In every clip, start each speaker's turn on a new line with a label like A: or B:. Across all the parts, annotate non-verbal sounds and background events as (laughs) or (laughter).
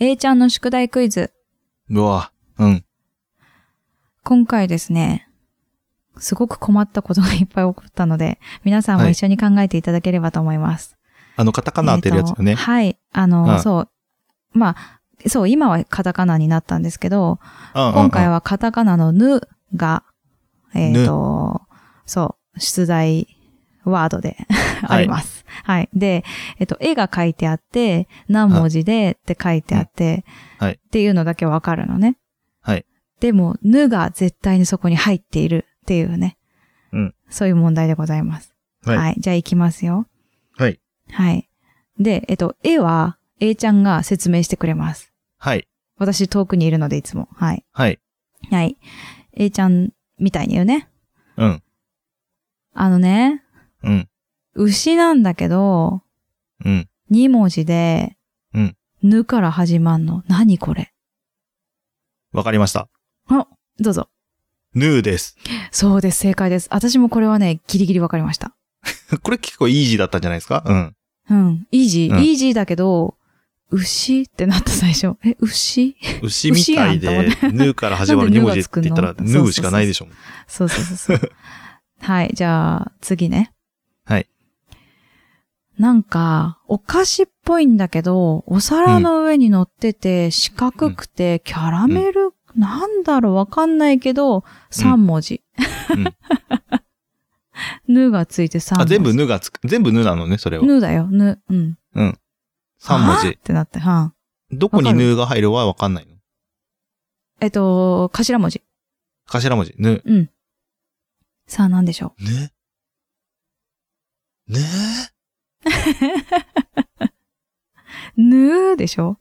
A: A ちゃんの宿題クイズ。
B: うわ、うん。
A: 今回ですね、すごく困ったことがいっぱい起こったので、皆さんも一緒に考えていただければと思います。
B: あの、カタカナ当てるやつだ
A: えー
B: ね
A: と。はい。あの、
B: うん
A: そう。まあ、そう、今はカタカナになったんですけど、
B: 今
A: 今回。はカタカナのぬが、えっ、と、そう、出題ワードで (laughs) あります。はい、で、えっ、と、絵が書いてあって、何文字でって書いてあって、
B: うんはい
A: っていうのだけわかるのね。
B: はい。
A: でも、ぬが絶対にそこに入っているっていうね。
B: うん
A: そういう問題でございます。
B: はい
A: じゃあ行きますよ。
B: はい。
A: はい。で、えっ、と、絵は、A ちゃんが説明してくれます。
B: はい。
A: 私遠くにいるのでいつも。はい。
B: はい。
A: はい。A ちゃんみたいに言うね。
B: うん。
A: あのね、
B: うん。
A: 牛なんだけど、
B: うん。
A: 2文字で、
B: うん。
A: ぬから始まんの。何これ
B: わかりました。
A: どうぞ。
B: ヌーです。 (laughs)
A: そうです、正解です。私もこれはね、ギリギリわかりました。
B: これ結構イージーだったんじゃないですかうん。
A: うん。イージー、
B: うん
A: イージーだけど、牛ってなった最初。え、牛
B: 牛みたい
A: 牛や
B: で
A: んと、
B: ヌーから始まる2文字って言ったら、
A: なんでヌーがつくの
B: ヌーしかないでしょ。
A: そうそうそう
B: (laughs)
A: そう。はい、じゃあ、次ね。
B: はい。
A: なんか、お菓子っぽいんだけど、お皿の上に乗ってて、四角くて、キャラメル、なんだろう、わかんないけど、3文字。 (laughs) ぬがついて3文
B: あ、
A: 字。
B: 全部ヌーがつく、全部ヌーなのね、それは。
A: ぬだよ、ぬ。うん。
B: 3文
A: はぁっ
B: 字。
A: てなって、は
B: どこにヌーが入るはわかんないの
A: ん。えっと、頭文字。
B: 頭文字、ヌー。
A: うん。さあ、なんでしょ
B: ねね
A: う。ぬでしょ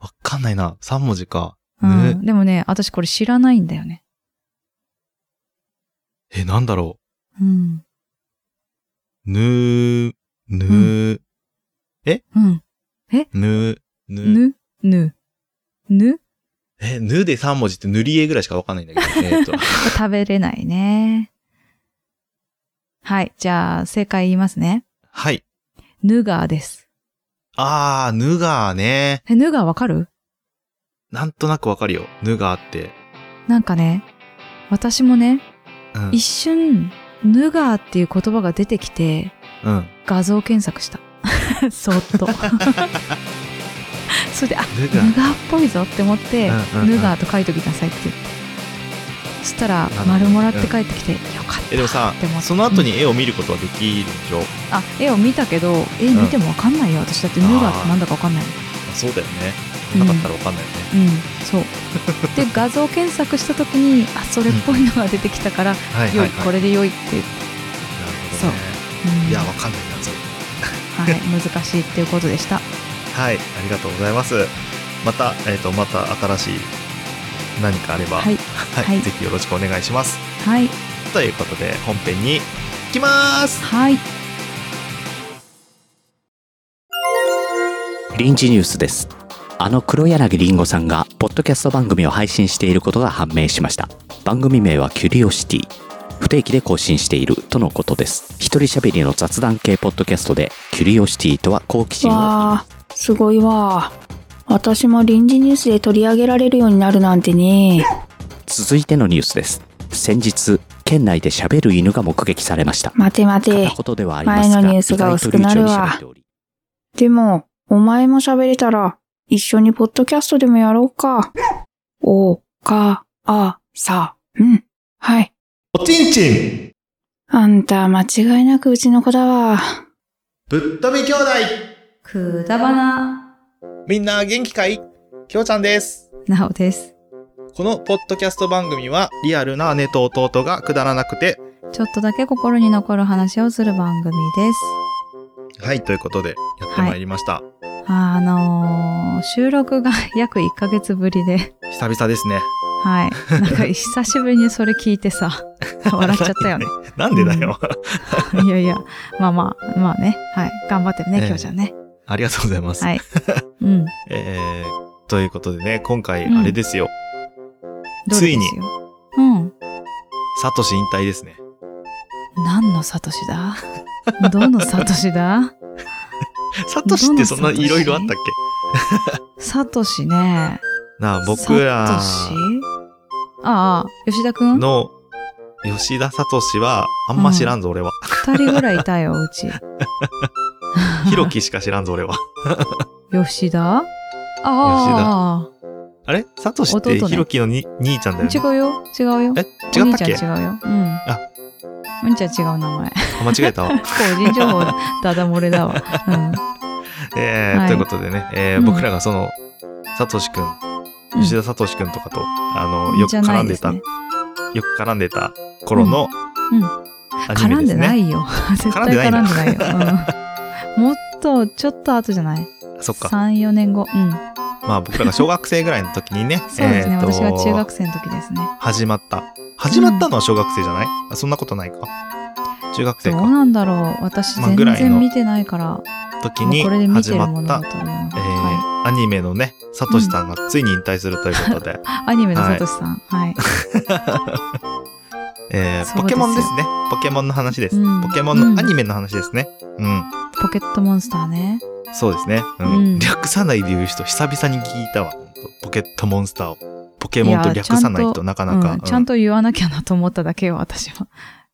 B: わかんないな。3文字か。
A: うん。
B: ね
A: でもね、私これ知らないんだよね。
B: え、なんだろ
A: うん。
B: う。ヌー、ヌー、
A: うん。
B: ヌー、ヌー。
A: ぬ、ぬ。ぬ
B: え、ぬで3文字って塗り絵ぐらいしかわかんないんだけど。え
A: (laughs)
B: っと、
A: 食べれないね。はい。じゃあ、正解言いますね。
B: はい。
A: ヌガーです。
B: あー、ぬがーね。
A: え、ヌガーわかる
B: なんとなくわかるよ。ぬがーって。
A: なんかね、私もね、
B: うん
A: 一。瞬、ヌガーっていう言葉が出てきて、
B: うん。
A: 画像検索した。 (laughs) そっと。それで、あ、
B: ぬが
A: ヌガーっぽいぞって思って
B: うん、うんうん
A: ヌガーと書いときなさいって言って。そしたら
B: なるほ、ど
A: 丸もらって帰ってきて、よかった。
B: え、でもさ
A: (laughs) でも、
B: その後に絵を見ることはできるんでしょ、
A: あ、絵を見たけど、絵見てもわかんないよ。私だってヌガーってなんだかわかんない。
B: あそうだよね。なかったらわかんないよね。
A: うん、
B: (laughs)
A: そう。で、画像検索した時に、あ、それっぽいのが出てきたから、
B: はい
A: 良、
B: はいいはい。
A: これ
B: れ。
A: で良いって言って、
B: なるほ
A: そう
B: どね。
A: うん
B: いや、わかんないな、そ
A: は
B: れ。 (laughs)
A: い、難しいっていうことでした。
B: はい。ありがとうございます。また、えっ、と、また新しい何かあれば、
A: はい、
B: は
A: はい
B: い、ぜひよろしくお願いします。
A: はい、
B: ということで、本編に行きます
A: はい。
C: 臨時ニュースですあの黒柳りんごさんがポッドキャスト番組を配信していることが判明しました番組名はキュリオシティ不定期で更新しているとのことです一人喋りの雑談系ポッドキャストでキュリオシティとは好奇心を
D: わあすごいわ私も臨時ニュースで取り上げられるようになるなんてね
C: 続いてのニュースです先日県内で喋る犬が目撃されました
D: 待て待て
C: 片言ではありますが
D: 前のニュースが薄くなるわ
C: 意外と流暢に喋っており
D: でもお前も喋れたら一緒にポッドキャストでもやろうかおかあさうんはい
B: おちんちん
D: あんた間違いなくうちの子だわ
B: ぶっ飛び兄弟
A: くだばな、
B: みんな元気かいきょうちゃんです。
A: なおです。
B: このポッドキャスト番組はリアルな姉と弟がくだらなくて、
A: ちょっとだけ心に残る話をする番組です。
B: はい、ということでやってまいりました。
A: あのー、収録が (laughs) 約1ヶ月ぶりで、
B: 久々ですね。
A: はい。なん
B: (laughs)
A: か久しぶりにそれ聞いてさ、笑っちゃったよね。
B: なんでだよ。
A: (laughs) いやいや、まあまあ、まあね。はい。頑張ってる
B: え
A: ね、
B: え
A: きょうちゃんね。
B: ありがとうございます。
A: はい
B: (laughs)
A: うん。
B: えー、ということでね、今回
A: うん
B: あれですよ。
A: どう
B: つい
A: で
B: に
A: すよ。うん。
B: サトシ引退ですね。
A: 何のサトシ
B: (laughs)
A: だどのサトシだ
B: サトシってそんないろいろあったっけ
A: サトシね。
B: なあ、僕
A: サ
B: ら
A: トシああ、吉田くん
B: の吉田聡はあんま知らんぞ、俺は。
A: 二人ぐらいいたよ、う
B: (laughs)
A: ち。
B: ひろきしか知らんぞ、 (laughs) 俺は。
A: 吉田ああ
B: あれサトシって
A: 弟ね
B: ひろきのに兄ちゃんだよね。
A: 違うよ、違うよ。
B: え違ったっけ
A: お兄ちゃん違うよ。うん。
B: あ
A: お兄ちゃん違う名前。 (laughs)
B: あ間違えたわ。
A: 個人情報、ダダ漏れだわ。
B: えー
A: はい
B: ということでね、えー
A: うん
B: 僕らがその、サトシくん、
A: うん。
B: 吉田サトシくんとかと、あ
A: う
B: の、
A: ん
B: よく
A: じゃな
B: 絡
A: い
B: んですた、
A: ね
B: よく絡んでた頃の
A: うんうん、
B: アニ
A: 絡
B: メ
A: ん
B: で
A: ですな
B: ね。
A: い
B: (laughs)
A: よ。絶対
B: 絡
A: 絡
B: ん
A: ん
B: で
A: でないよ。うんもっと、ちょっと後じゃない
B: そっか。
A: ?3、4年後。うん。、
B: まあ僕らが小学生ぐらいの時にね
A: (laughs) そうですね。
B: ー
A: 私が中学生の時ですね。
B: 始まった。始まったのは小学生じゃない、あそんなことないか。中学生
A: どう
B: か。
A: なんだろう。私、
B: まあぐら
A: 全
B: いの
A: 然見てないから、
B: 時
A: もう
B: に
A: これで見て
B: 始
A: る
B: ま
A: も
B: っ
A: の
B: た
A: だ、と思います。
B: えー
A: は
B: アニメのね、サトシさんがついに引退するということで、
A: い。アニメのサトシさん。はい。
B: えー
A: そうですよ
B: ポケモンですね。ポケモンの話です。
A: うん
B: ポケモンのアニメの話ですね。うん
A: ポケットモンスターね。
B: そうですね。うん。
A: うん
B: 略さないで言う人、久々に聞いたわ。ほんとポケットモンスターを。ポケモンと略さない
A: いやちゃん
B: と
A: と
B: なかなか。
A: うん、ちゃん
B: と、
A: と言わなきゃなと思っただけよ、私
B: (laughs)
A: は。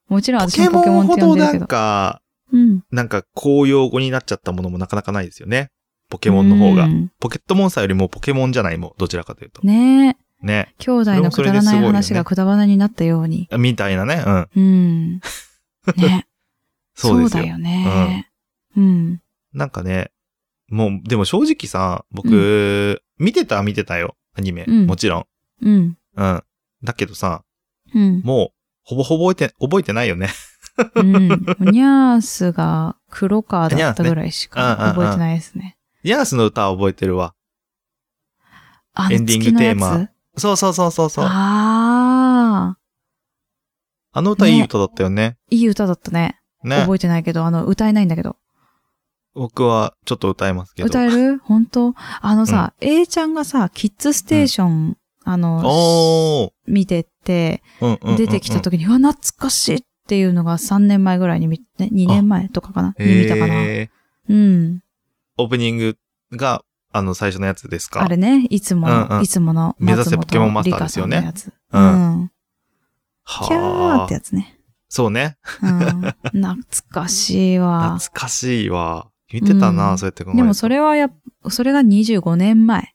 A: もちろん
B: ポ
A: 私も
B: ケ
A: ポケ
B: モ
A: モ
B: ン
A: ンっ
B: ほ
A: て呼
B: ど
A: んでる
B: な
A: け
B: ん
A: ど。
B: か、
A: うん。
B: なんか公用語になっちゃったものもなかなかないですよね。ポケモンの方が
A: う。ん
B: ポケットモンスターよりもポケモンじゃないもん、どちらかというと。
A: ねえ。
B: ね。
A: 兄弟のくだらない
B: 俺もそ
A: 話
B: れですごいよね
A: がくだばなになったように。
B: みたいなね。うん。
A: うん。
B: (laughs)
A: ね。
B: そうですよ。
A: だよね。うん。
B: なんかね、もう、でも正直さ、僕、見てたは見てたよ。アニメ。
A: うん
B: もちろん。
A: うん。
B: うん。だけどさ、
A: うん。
B: もう、ほぼほぼ覚えて、覚えてないよね。 (laughs)
A: うん。ニャースが黒川だったぐらいしか覚えてないですね。
B: ヤースの歌は覚えてるわ。
A: あ
B: うんうんうんうんうんエンディングテーマ
A: の月のやつ
B: そうそうそうそうそう。
A: ああ、
B: あの歌いい歌だったよね。
A: いい歌だったね。
B: ね。
A: 覚えてないけど、あの、歌えないんだけど。
B: 僕はちょっと歌えますけど。
A: 歌える本当あのさ、A ちゃんがさ、キッズステーション、あの、
B: おー。
A: 見てて、
B: うんうんうんうん
A: 出てきた時に、うわ、懐かしいっていうのが3年前ぐらいに見、ね、2年前とかかなに見たかな。
B: へ
A: う
B: ー
A: ん。
B: オープニングが、あの、最初のやつですか。
A: あれね、いつもの、
B: うんうん
A: いつもの、
B: 目指せポケモンマスターですよね
A: 松
B: う
A: 本
B: ん
A: 梨香さんのやつ。うん。キャー
B: は
A: って
B: あ。
A: やつね。
B: そうね。
A: うん。 (laughs) 懐かしいわ
B: 懐。かしいわ。見てたな、
A: うん
B: そうやって考えると
A: でもそれはやっ、それが25年前。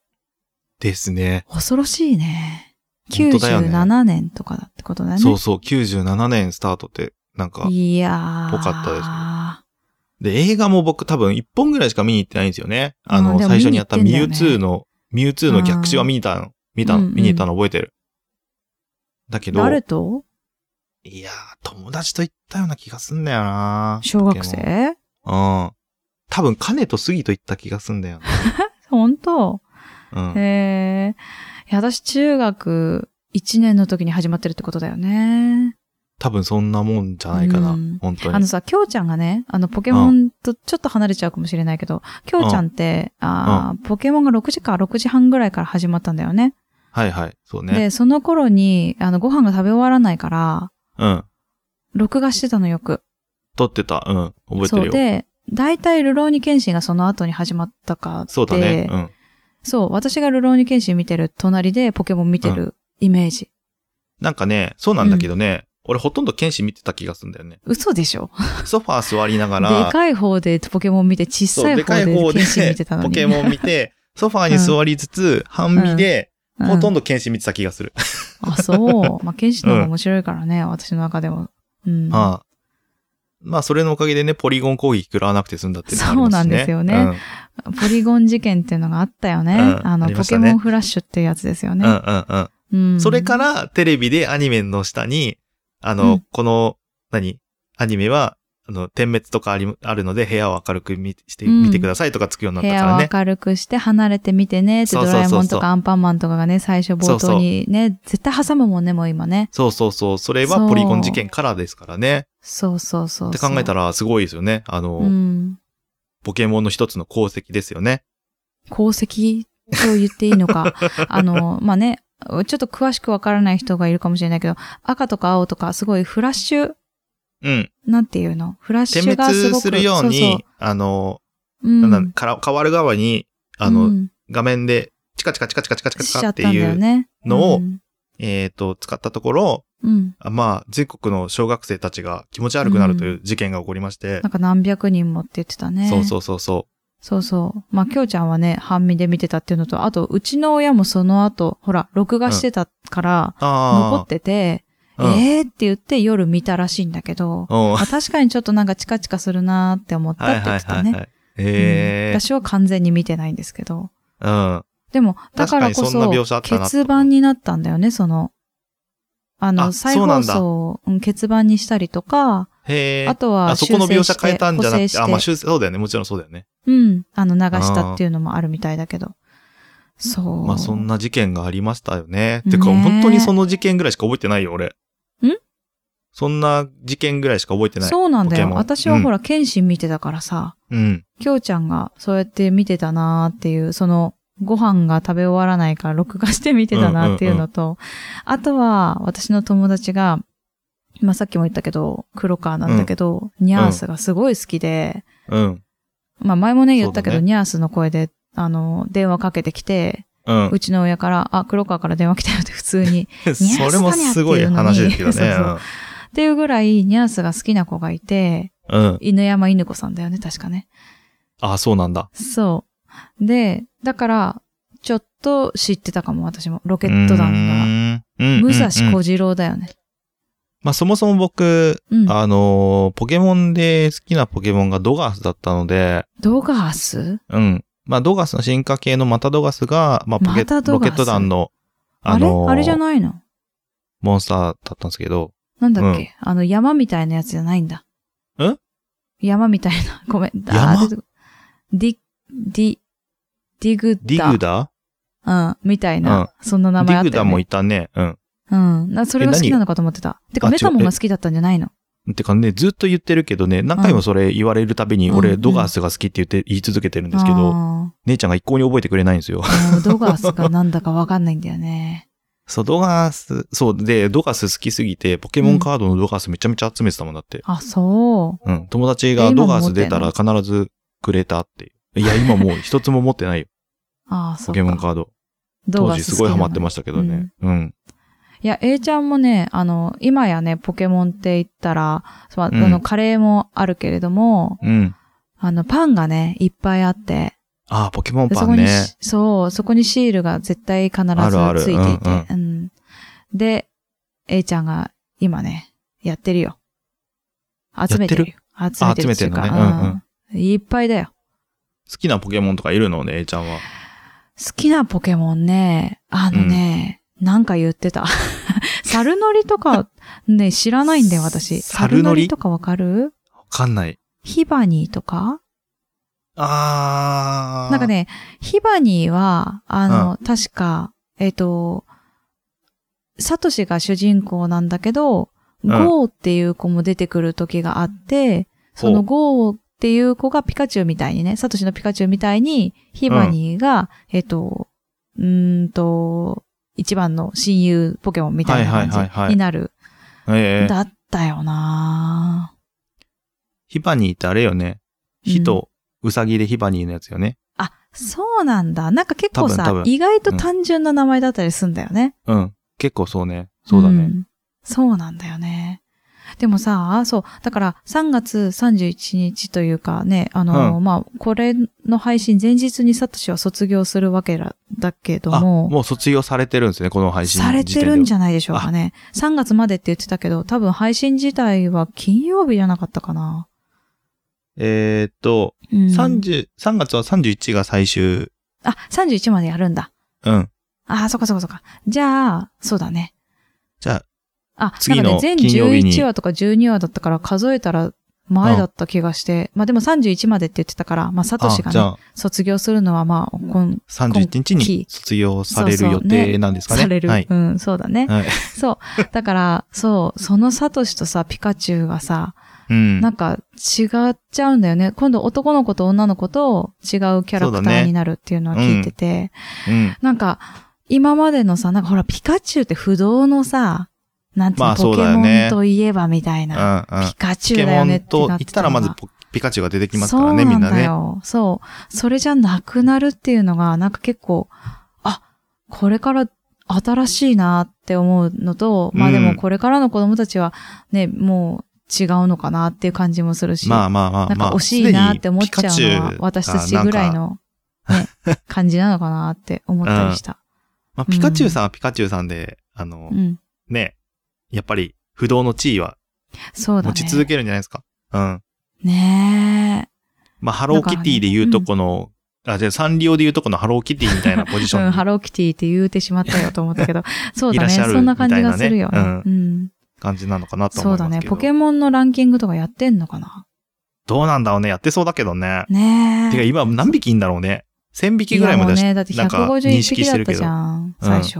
B: ですね。
A: 恐ろしいね。
B: 本当だよね
A: 97年とかだってことだよね。
B: そうそう、97年スタートって、なんか、
A: いやー。
B: ぽかったですで、映画も僕多分1本ぐらいしか見に行ってないんですよね。あ
A: うん
B: の、
A: でも
B: 最初にやった
A: 見に
B: ミ
A: 行
B: ュ
A: って
B: ウ
A: んだ
B: ツ
A: よね
B: ーの、ミュウツーの逆襲は見たの、見たの、
A: うん
B: 見に行ったの覚えてる。だけど、
A: 誰と
B: いやー、友達と行ったような気がすんだよな
A: 小学生
B: うん。多分、カネとスギと行った気がすんだよね。
A: 本当
B: うん。
A: へえ。いや、私中学1年の時に始まってるってことだよね。
B: 多分そんなもんじゃないかな。
A: うん
B: 本当
A: あの
B: に。
A: さ、きょうちゃんがね、あの、ポケモンとちょっと離れちゃうかもしれないけど、きょうちゃんって、あーポケモンが6時か6時半ぐらいから始まったんだよね。
B: はいはい。そうね。
A: で、その頃に、あの、ご飯が食べ終わらないから、
B: うん。
A: 録画してたのよく。
B: 撮ってた。うん。覚えてる
A: そう
B: よ。
A: で、大体ルローニケンシンがその後に始まったかって。
B: そうだね。うん。
A: そう、私がルローニケンシン見てる隣でポケモン見てるイメージ。
B: なんかね、そうなんだけどね、俺ほとんど剣士見てた気がするんだよね。
A: 嘘でしょ
B: ソファー座りなが
A: で
B: ら、
A: かい方でポケモン見て、小さ
B: そう、
A: い
B: で
A: 方
B: か
A: で
B: い方で
A: 剣士見てたのに。
B: ポケモン
A: (laughs)
B: 見て、ソファーに座りつつ、半身で、
A: う
B: ほとん
A: ど。
B: ど剣士見てた気がする。
A: あ、
B: (laughs)
A: そう。まあ、剣士の方が面白いからね、私の中でも。うん。
B: ああまあ、それのおかげでね、ポリゴン攻撃食らわなくて済んだっていのもありますし
A: そ
B: ね
A: うなんですよね。ポリゴン事件っていうのがあったよね。
B: うん
A: あの、
B: ありま
A: ポ
B: した
A: ケ
B: ね
A: モンフラッシュっていうやつですよ
B: うん、うん、
A: ね。
B: うん、うん。
A: うん。
B: それか、ら、テレビでアニメの下に、あ
A: う
B: の、
A: ん
B: この、何アニメは、あの、点滅とかありあるので、部屋を明るく見てして、
A: うん
B: 見てくださいとかつくようにな
A: 部
B: ったか
A: 屋
B: ら
A: を
B: ね。
A: 明るくして離れてみてねって
B: そう
A: ド
B: そうそう
A: ラ
B: そう
A: えもんとかアンパンマンとかがね、最初冒頭にね、絶対挟むもんね、もう今ね。
B: そうそうそう。それはポリゴン事件からですからね。
A: そうそうそうそう。
B: って考えた
A: ら、
B: ら、すごいですよね。あの、
A: うん。
B: ポケモンの一つの功績ですよね。
A: 功績と言っていいの
B: (laughs)
A: か。あの、まあね、ちょっと詳しくわからない人がいるかもしれないけど、赤とか青とかすごいフラッシュ、
B: うん。
A: なんていうのフラッシ
B: 点
A: ュがすごく
B: 滅するように、あの、
A: そうそうう
B: なん
A: ん
B: だから変わる側に、あの、
A: うん
B: 画面で、チカチカチカチカチカチカチ
A: しち
B: カ
A: ゃ
B: っ
A: ってたんだ
B: い
A: よ
B: う、
A: ね。
B: のを
A: うん
B: えっと、使ったところ、
A: うん。
B: あまあ、全国の小学生たちが気持ち悪くなるという事件が起こりまして
A: なん、か何百人もって言ってたね。
B: そう
A: う。
B: そうそうそ
A: そうそう。まあ、きょうちゃんはね、半身で見てたっていうのと、あと、うちの親もその後、ほら、録画してたから、
B: う。ああ。
A: 残ってて、
B: うん
A: えーって言って夜見たらしいんだけど、
B: うん
A: あ確かにちょっとなんかチカチカするなーって思ったっ
B: はい
A: て言
B: はい
A: ってた
B: はいは
A: ね。
B: い。ええ
A: うん私は完全に見てないんですけど。
B: うん。
A: でも、だからこ
B: 確かにそんな描写
A: そ、
B: あったな
A: 欠番になったんだよね、その、あの、
B: あ
A: 再
B: そうな
A: 放
B: んだ
A: 送をうん欠番にしたりとか、
B: へえ。
A: あとは
B: あ、そこの
A: 修
B: 描
A: 正
B: 写
A: して
B: 変えたんじゃな
A: 補正
B: く、
A: してて
B: あ、まあ、修正、そうだよね。もちろんそうだよね。
A: うん、あの、流したっていうのもあるみたいだけど。そう。
B: まあ、そんな事件がありましたよね。
A: ね
B: てか、本当にその事件ぐらいしか覚えてないよ、俺。んそんな事件ぐらいしか覚えてない。う。
A: そうなんだ
B: ポケ
A: よ。
B: モン
A: 私はほら、剣心見てたからさ、
B: ん。
A: きょうちゃんがそうやって見てたなーっていう、その、ご飯が食べ終わらないから録画して見てたなーっていうのと、あとは、私の友達が、まあ、さっきも言ったけど、黒川なんだけど、ニャースがすごい好きで、
B: うん。
A: まあ、前もね、言ったけど、
B: そうだ
A: ニャースの声で、あの、電話かけてきて、
B: うん。
A: うちの親から、あ、黒川から電話来たよって普通に、
B: (laughs) それもすごい話ですけど
A: ニャースだねっていう
B: ね
A: の。っていうぐらい、ニャースが好きな子がいて、
B: うんうん。
A: 犬山犬子さんだよね、確かね。
B: あ、そうなんだ。
A: そう。で、だから、ちょっと知ってたかも、私も。ロケ
B: う
A: ット団が。
B: ーんうん。
A: 武蔵
B: うんう
A: 小
B: ん
A: 次郎だよね。
B: まあ、そもそも僕、
A: うん。
B: あのー、ポケモンで好きなポケモンがドガースだったので、
A: ドガース
B: うん。まあ、ドガスの進化系のマタドガスが、まあ、ポケ
A: マタド
B: ロ
A: ガス
B: ケット団の、
A: あれ
B: のー
A: あれじゃないの
B: モンスターだったんですけど、
A: なんだっけあの、山みたいなやつじゃないんだ。
B: ん
A: 山みたいな。 (laughs) ごめん。
B: 山
A: あー出てこディ、ディ、ディグダ。
B: ディグダ
A: うん。みたいな。そんな名
B: デ
A: 前あ
B: ィ
A: っ
B: グ
A: たよ、
B: ダ
A: ね。
B: もいたね。うん。
A: うん。なそれが好きなのかと思ってた。てか、
B: あ
A: メタモン
B: 違う
A: が
B: え
A: 好きだったんじゃないの
B: てかね、ずっと言ってるけどね、何回もそれ言われるたびに、
A: うん
B: 俺、
A: うん
B: ドガスが好きって言って、言い続けてるんですけど、
A: あ
B: 姉ちゃんが一向に覚えてくれないんです
A: (laughs)
B: よ。
A: ーもうドガースがなんだかわかんないんだよね。
B: そう、ドガス、そう、で、ドガス好きすぎて、ポケモンカードのドガスめちゃめちゃ集めてたもんだって。
A: あ、そう。
B: うん。友達が
A: え今
B: ド
A: も
B: ガ
A: 持
B: ス
A: って
B: 出
A: ん
B: た
A: の
B: ら必ずくれたっていう。いや、今もう一つも持ってないよ。
A: ああ、 (laughs) そうか。
B: ポケモンカード。
A: 動
B: 当
A: 画
B: 時すごいハマってま
A: し
B: したけどね。うん。
A: た。いや、A ちゃんもね、あの、今やね、ポケモンって言ったら、そうあ
B: う
A: の、
B: ん
A: カレーもあるけれども、
B: うん。
A: あの、パンがね、いっぱいあって、
B: ああ、ポケモン
A: で
B: パ
A: そ
B: ン
A: こに
B: ね。
A: し、そう、そこにシールが絶対必ずつ
B: あるある
A: いていて、
B: うん
A: うんで、A ちゃんが今ね、やってるよ。集めてるよ。集めてるっていうか
B: あ集めてんのね
A: うんいっぱいだよ。
B: 好きなポケモンとかいるのね、A ちゃんは。
A: 好きなポケモンね、あのね、なんか言ってた。 (laughs) 猿のりとかね、知らないんだよ、私。猿
B: 猿の
A: の
B: り
A: りとかわかる
B: わかんない。
A: ヒバニーとか
B: あー。
A: なんか、ね、ヒバニーは、あの、確か、えっ、と、サトシが主人公なんだけど、
B: うん
A: ゴーっていう子も出てくる時があって、そ
B: ほう
A: のゴーっていう子がピカチュウみたいにね、サトシのピカチュウみたいに、ヒバニーが、えっ、と、うーんと、一番の親友ポケモンみたいな
B: はいはいはい
A: 感
B: はい
A: じになる。
B: ええ
A: だったよなぁ
B: ヒバニーってあれよね。火とウサギでヒバニーのやつよね。
A: あ、そうなんだ。なんか結構
B: 多分多
A: さ
B: 分、
A: 意外と単純な名前だったりすんだよね。
B: うん。結構そうね。そうだね。
A: んそうなんだよね。でもさ、そう、だから3月31日というかね、あの、
B: う
A: まあ、これの配信前日にサトシは卒業するわけだだけど
B: あ、
A: も、
B: もう卒業されてるんですね、この配信
A: されてるんじ
B: ゃ
A: ゃないでしょうかね。3月までって言ってたけど、多分配信自体は金曜日じゃなかったかな。
B: えーっと、
A: うん、
B: 30、3月は31が最終。
A: あ、31までやるんだ。
B: うん。
A: あー、そっかそっかそっか。じゃあ、そうだね。
B: じゃあ、
A: あ、
B: 次の
A: なんかね、全
B: 金曜日に
A: 11話とか12話だったから数えたら前だった気がして、まあでも31までって言ってたから、まあサトシ
B: あ
A: が
B: じ
A: ね、
B: ゃあ、
A: 卒業するのはまあ、こん、
B: 31日に卒業される予定なんですかね。
A: される、
B: はい。
A: うん、そうだね。
B: はい。
A: そう。だから、そう、そのサトシとさ、ピカチュウがさ、
B: うん。
A: なんか違っちゃうんだよね。今度男の子と女の子と違うキャラ
B: そうだ
A: クタ
B: ね
A: ーになるっていうのは聞いてて、
B: うん。
A: なんか、今までのさ、なんかほら、ピカチュウって不動のさ、なんていうの、
B: まあそ
A: ポ
B: う
A: ケ
B: だよ
A: モ
B: ね
A: ンといえばみたいな。
B: うんうん
A: ピカチ
B: ポ
A: ュ
B: ケ
A: ウだよ
B: モ
A: ね
B: ン
A: ってな
B: と
A: って
B: 言ったらまずポピカチュウが出てきます
A: そ
B: から
A: う
B: ね、みんな
A: だ
B: ね。
A: よ。そう。それじゃなくなるっていうのが、なんか結構、あ、これから新しいなって思うのと、まあで
B: う
A: も
B: ん
A: これからの子供たちはね、もう違うのかなっていう感じもするし、
B: まあまあまあま
A: な
B: あ。
A: んか惜しいなって思っちゃ
B: すで
A: う
B: に
A: のは、私たちぐらい
B: ピカチュウがなんか
A: の、ね、感じなのかなって思ったりした。
B: まあ、ピカチュウさんはピカチュウさんで、あの
A: う、ん。
B: ね、やっぱり不動の地位は
A: そうだ
B: 持
A: ね。
B: ち続けるんじゃないですか。うん。
A: ねえ。
B: まあ、ハローキティで言うとこの、あ、じゃあサンリオで言うとこのハローキティみたいなポジショ
A: う
B: ンに。
A: ん、ハローキティって言うてしまったよと思ったけ
B: (laughs)
A: ど、そうだね。
B: いらっしゃる
A: そんな感じがするよ
B: みたいな
A: ね
B: ね。
A: うん
B: 感じなのかなと
A: そ
B: 思
A: う
B: いま
A: だ
B: すけ
A: ね。
B: ど。
A: ポケモンのランキングとかやってんのかな
B: どうなんだろうね。やってそうだけどね。
A: ねえ。
B: てか今何匹いんだろうね。1000匹ぐらいまで
A: やも
B: は
A: う
B: し
A: ね、だって
B: なんか
A: 151
B: 認識
A: 匹
B: し
A: だ
B: て
A: っ
B: るけ
A: た
B: ど
A: じゃん、
B: うん
A: 最初。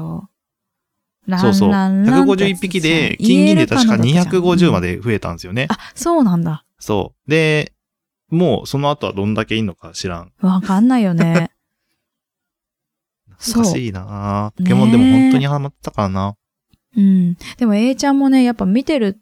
A: ラン
B: そうそう。
A: ランランってや
B: 151
A: つ
B: 匹で、金銀で確
A: 言えるかな
B: か
A: だったじゃ
B: 250
A: ん
B: まで増えたんですよね。
A: あ、そうなんだ。
B: そう。で、もうその後はどんだけいんのか知らん。
A: わかんないよ
B: (laughs)
A: ね。そう
B: 難しいなぁポ
A: ねえ
B: ケモンでも本当にハマってたからな。
A: うん。でも A ちゃんもね、やっぱ見てる、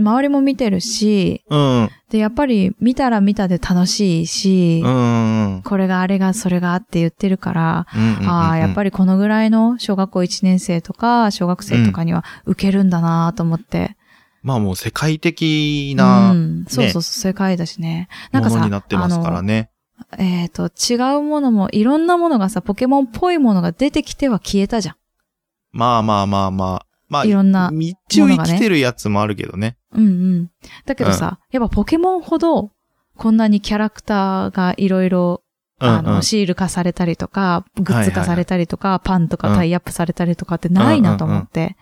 A: 周りも見てるし、
B: うん。
A: で、やっぱり見たら見たで楽しいし、
B: うんうん。
A: これがあれがそれがあって言ってるから、ああ、やっぱり
B: り。
A: このぐらいの小学校1年生とか、小学生とかには受けるんだなと思って。
B: まあもう世界的
A: う、
B: なん
A: そうそうそう、世界だしね。な
B: も
A: んかさ、
B: のになってますからね。
A: あのえっ、と、違うものも、いろんなものがさ、ポケモンっぽいものが出てきては消えたじゃん。
B: まあまあまあまあ。まあ、
A: いろんな
B: 一応
A: もの
B: 生
A: がね
B: きてるやつもあるけどね。
A: うんうん。だけどさ、やっぱポケモンほど、こんなにキャラクターがいろいろ、
B: うんうん
A: あの、シール化されたりとか、グッズ化されたりとか、パンと
B: う
A: か
B: ん
A: タイアップされたりとかってないなと思って。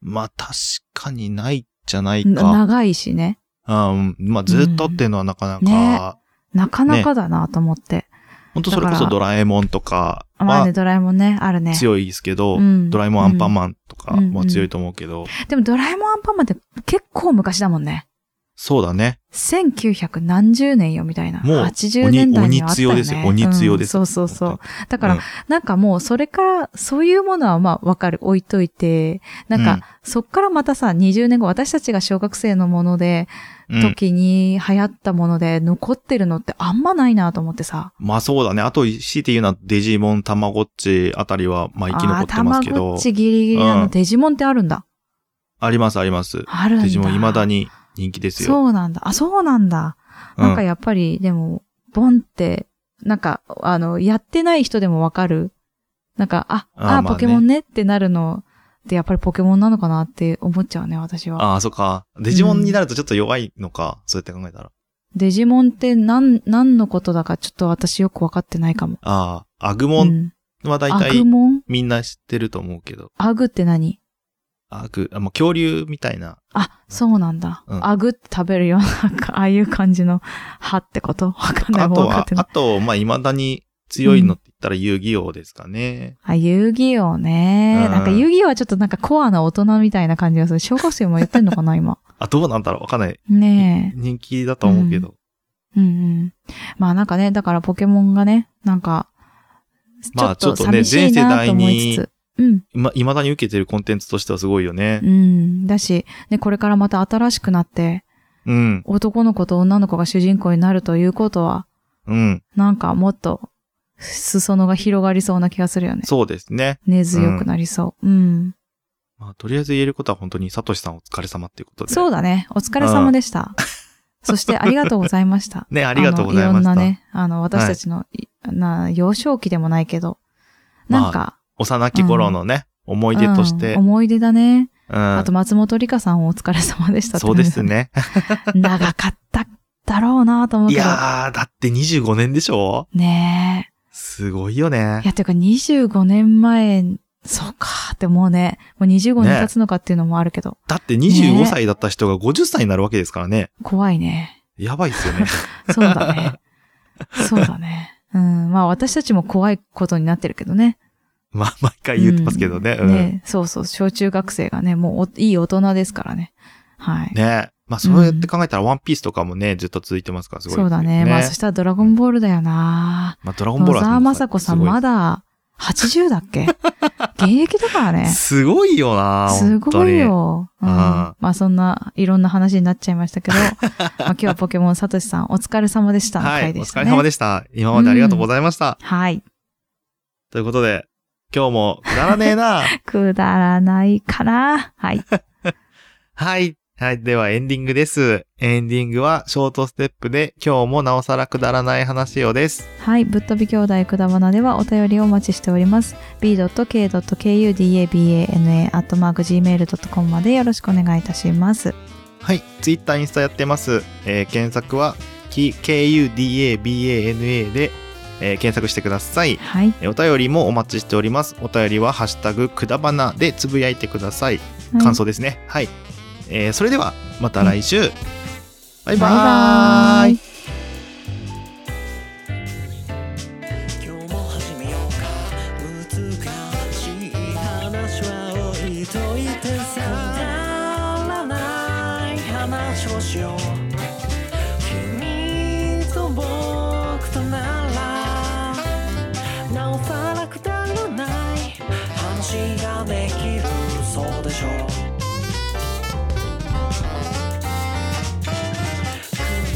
B: まあ確かにないじゃない
A: な
B: か。
A: 長いしね。
B: うん。まあずっとっていうのはなかな
A: うん
B: か、
A: なかなかだなと思って。
B: 本当それ
A: だ
B: こ
A: か
B: そ
A: ら
B: ドラえもんとか
A: まあね、
B: は
A: ドラえもんね、あるね。
B: 強いですけど、
A: うん
B: ドラえもんアンパンマンとかも強いと思うけど、
A: でもドラえもんアンパンマンって結構昔だもんね。
B: そうだね。
A: 1900何十年よみたいな。
B: もう
A: 80年代にはあったよ、ね。
B: 鬼鬼強ですよ鬼強です
A: うんそうそうそう。だから、
B: うん
A: なんかもうそれから、そういうものはまあわかる。置いといて、なんか、
B: うん
A: そっからまたさ、20年後、私たちが小学生のもので、
B: うん
A: 時に流行ったもので、残ってるのってあんまないなと思ってさ。
B: まあそうだね。あと、強いて言うのはデジモン、たまごっちあたりは、まあ生き残ってますけ
A: あーたまご
B: ど
A: っ、ちギリギリなの、
B: うん
A: デジモンってあるんだ。
B: ありますあります。
A: あるんだ。
B: デジモン未だに人気ですよ。
A: そうなんだ。あ、そうなんだ。
B: うん
A: なんかやっぱり、でも、ボンって、なんか、あの、やってない人でもわかる。なんか、あ、
B: あ
A: あ、
B: ーまあね
A: ポケモンねってなるのって、やっぱりポケモンなのかなって思っちゃうね、私は。
B: ああ、そっか。デジモンになるとちょっと弱いのか、そうやって考えたら。
A: デジモンって何、何のことだかちょっと私よくわかってないかも。
B: ああ、アグ
A: う
B: モン
A: ん。
B: は大
A: ア
B: 体
A: グモン
B: みんな知ってると思うけど、
A: アグって何
B: アグ、あまあ恐竜みたいな。
A: あ、そうなんだ。
B: うん
A: アグって食べるよ。なんか、ああいう感じの歯ってことわかんない。
B: あ
A: も
B: と
A: う分かっ
B: は
A: て、な
B: あ
A: い。
B: と、まあ未だに強いのって言ったら遊戯王ですかね。
A: あ、遊戯王ね。
B: うん
A: なんか遊戯王はちょっとなんかコアな大人みたいな感じがする。小学生もやってんのかな、今。
B: あ、どうなんだろうわかんない。
A: ね
B: 人気だと思うけど。
A: え。うんうん。まあなんかね、だからポケモンがね、なんか、ち
B: ま
A: ょ
B: あ
A: っと寂しい
B: ちょっとね
A: なと思いつつ。うん。
B: ま、未だに受けてるコンテンツとしてはすごいよね
A: う。ん。だし、ね、これからまた新しくなって、
B: うん。
A: 男の子と女の子が主人公になるということは、
B: うん。
A: なんかもっと、裾野が広がりそうな気がするよね。
B: そうですね。
A: 根強くなりそう。うん。
B: まあ、とりあえず言えることは本当に、サトシさんお疲れ様っていうことで。
A: そうだね。お疲れ様でした。そしてありがとうございました。
B: (laughs) ね、ありがとうござい
A: あのい
B: ま
A: ろ
B: し
A: んな
B: た。
A: ね、あの、私たちの、いな、幼少期でもないけど、
B: まあ
A: なんか、
B: 幼き頃のね、思い出として。
A: うん思い出だね。
B: うん
A: あと、松本里香さんお疲れ様でしたって
B: そ
A: 感
B: う
A: じ
B: で
A: だ
B: す。ね。
A: (laughs)
B: (laughs)
A: 長かっただろうなと思う
B: い
A: けど。
B: やー、だって25年でしょ
A: ね
B: すごいよ
A: え。いや、
B: ね。
A: てか25年前、そうかって思うね。もう25年
B: ね
A: 経つのかっていうのもあるけど、
B: だって25
A: ね
B: 歳だった人が50歳になるわけですからね。
A: 怖いね。
B: やばいっす
A: (laughs)
B: よね。
A: そうだ
B: (laughs)
A: ね。そうだね。うん。まあ私たちも怖いことになってるけどね。
B: まあ、毎回言ってますけどね。
A: う
B: うんん。
A: ねそうそう、小中学生がね、もうおいい大人ですからね。はい。
B: ねまあ、そうやって考えたら、ワンピースとかもね、ずっと続いてますから、すごいで
A: そ
B: すよ、
A: うだね。まあ、そしたらドラゴンボールだよな
B: まあ、ドラゴンボ
A: 野
B: ールは
A: 沢雅子さんま
B: だ。 (laughs)
A: だ80だっけ現役だからね。
B: すごいよな
A: すごい。
B: 本
A: よ。うん、
B: うん
A: まあそんな、いろんな話になっちゃいま
B: (laughs)
A: したけど、まあ今日はポケモンサトシさんお疲れ様でし
B: 当
A: た
B: に
A: の
B: は
A: 回
B: い。
A: で
B: お
A: した
B: 疲
A: ね。
B: れ様でした。今までありがとうございました。
A: はい。
B: ということで、今日もくだらねえな
A: くだらないかな。はい。
B: はい。はい。ではエンディングです。エンディングはショートステップで今日もなおさらくだらない話をです。
A: はい。ぶっ飛び兄弟くだばなではお便りをお待ちしております。b.k.kudabana.gmail.com までよろしくお願いいたします。
B: はい。ツイッター、インスタやってます。えー検索は、き KUDABANA で、えー検索してください。
A: はい。
B: えーお便りもお待ちしております。お便りは、ハッシュタグ、くだばなでつぶやいてください。
A: はい
B: 感想ですね。はい。えーそれでは、また来週。バイバーイ。
A: バイバーイ
E: 今日も始めようか難しい話は置いといてさくだらない話をしよう君と僕とならなおさらくだらない話ができるそうでしょうく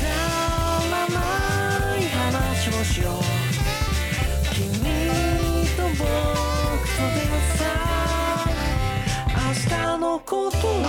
E: だらない話をしよう君と僕とでさ明日のことを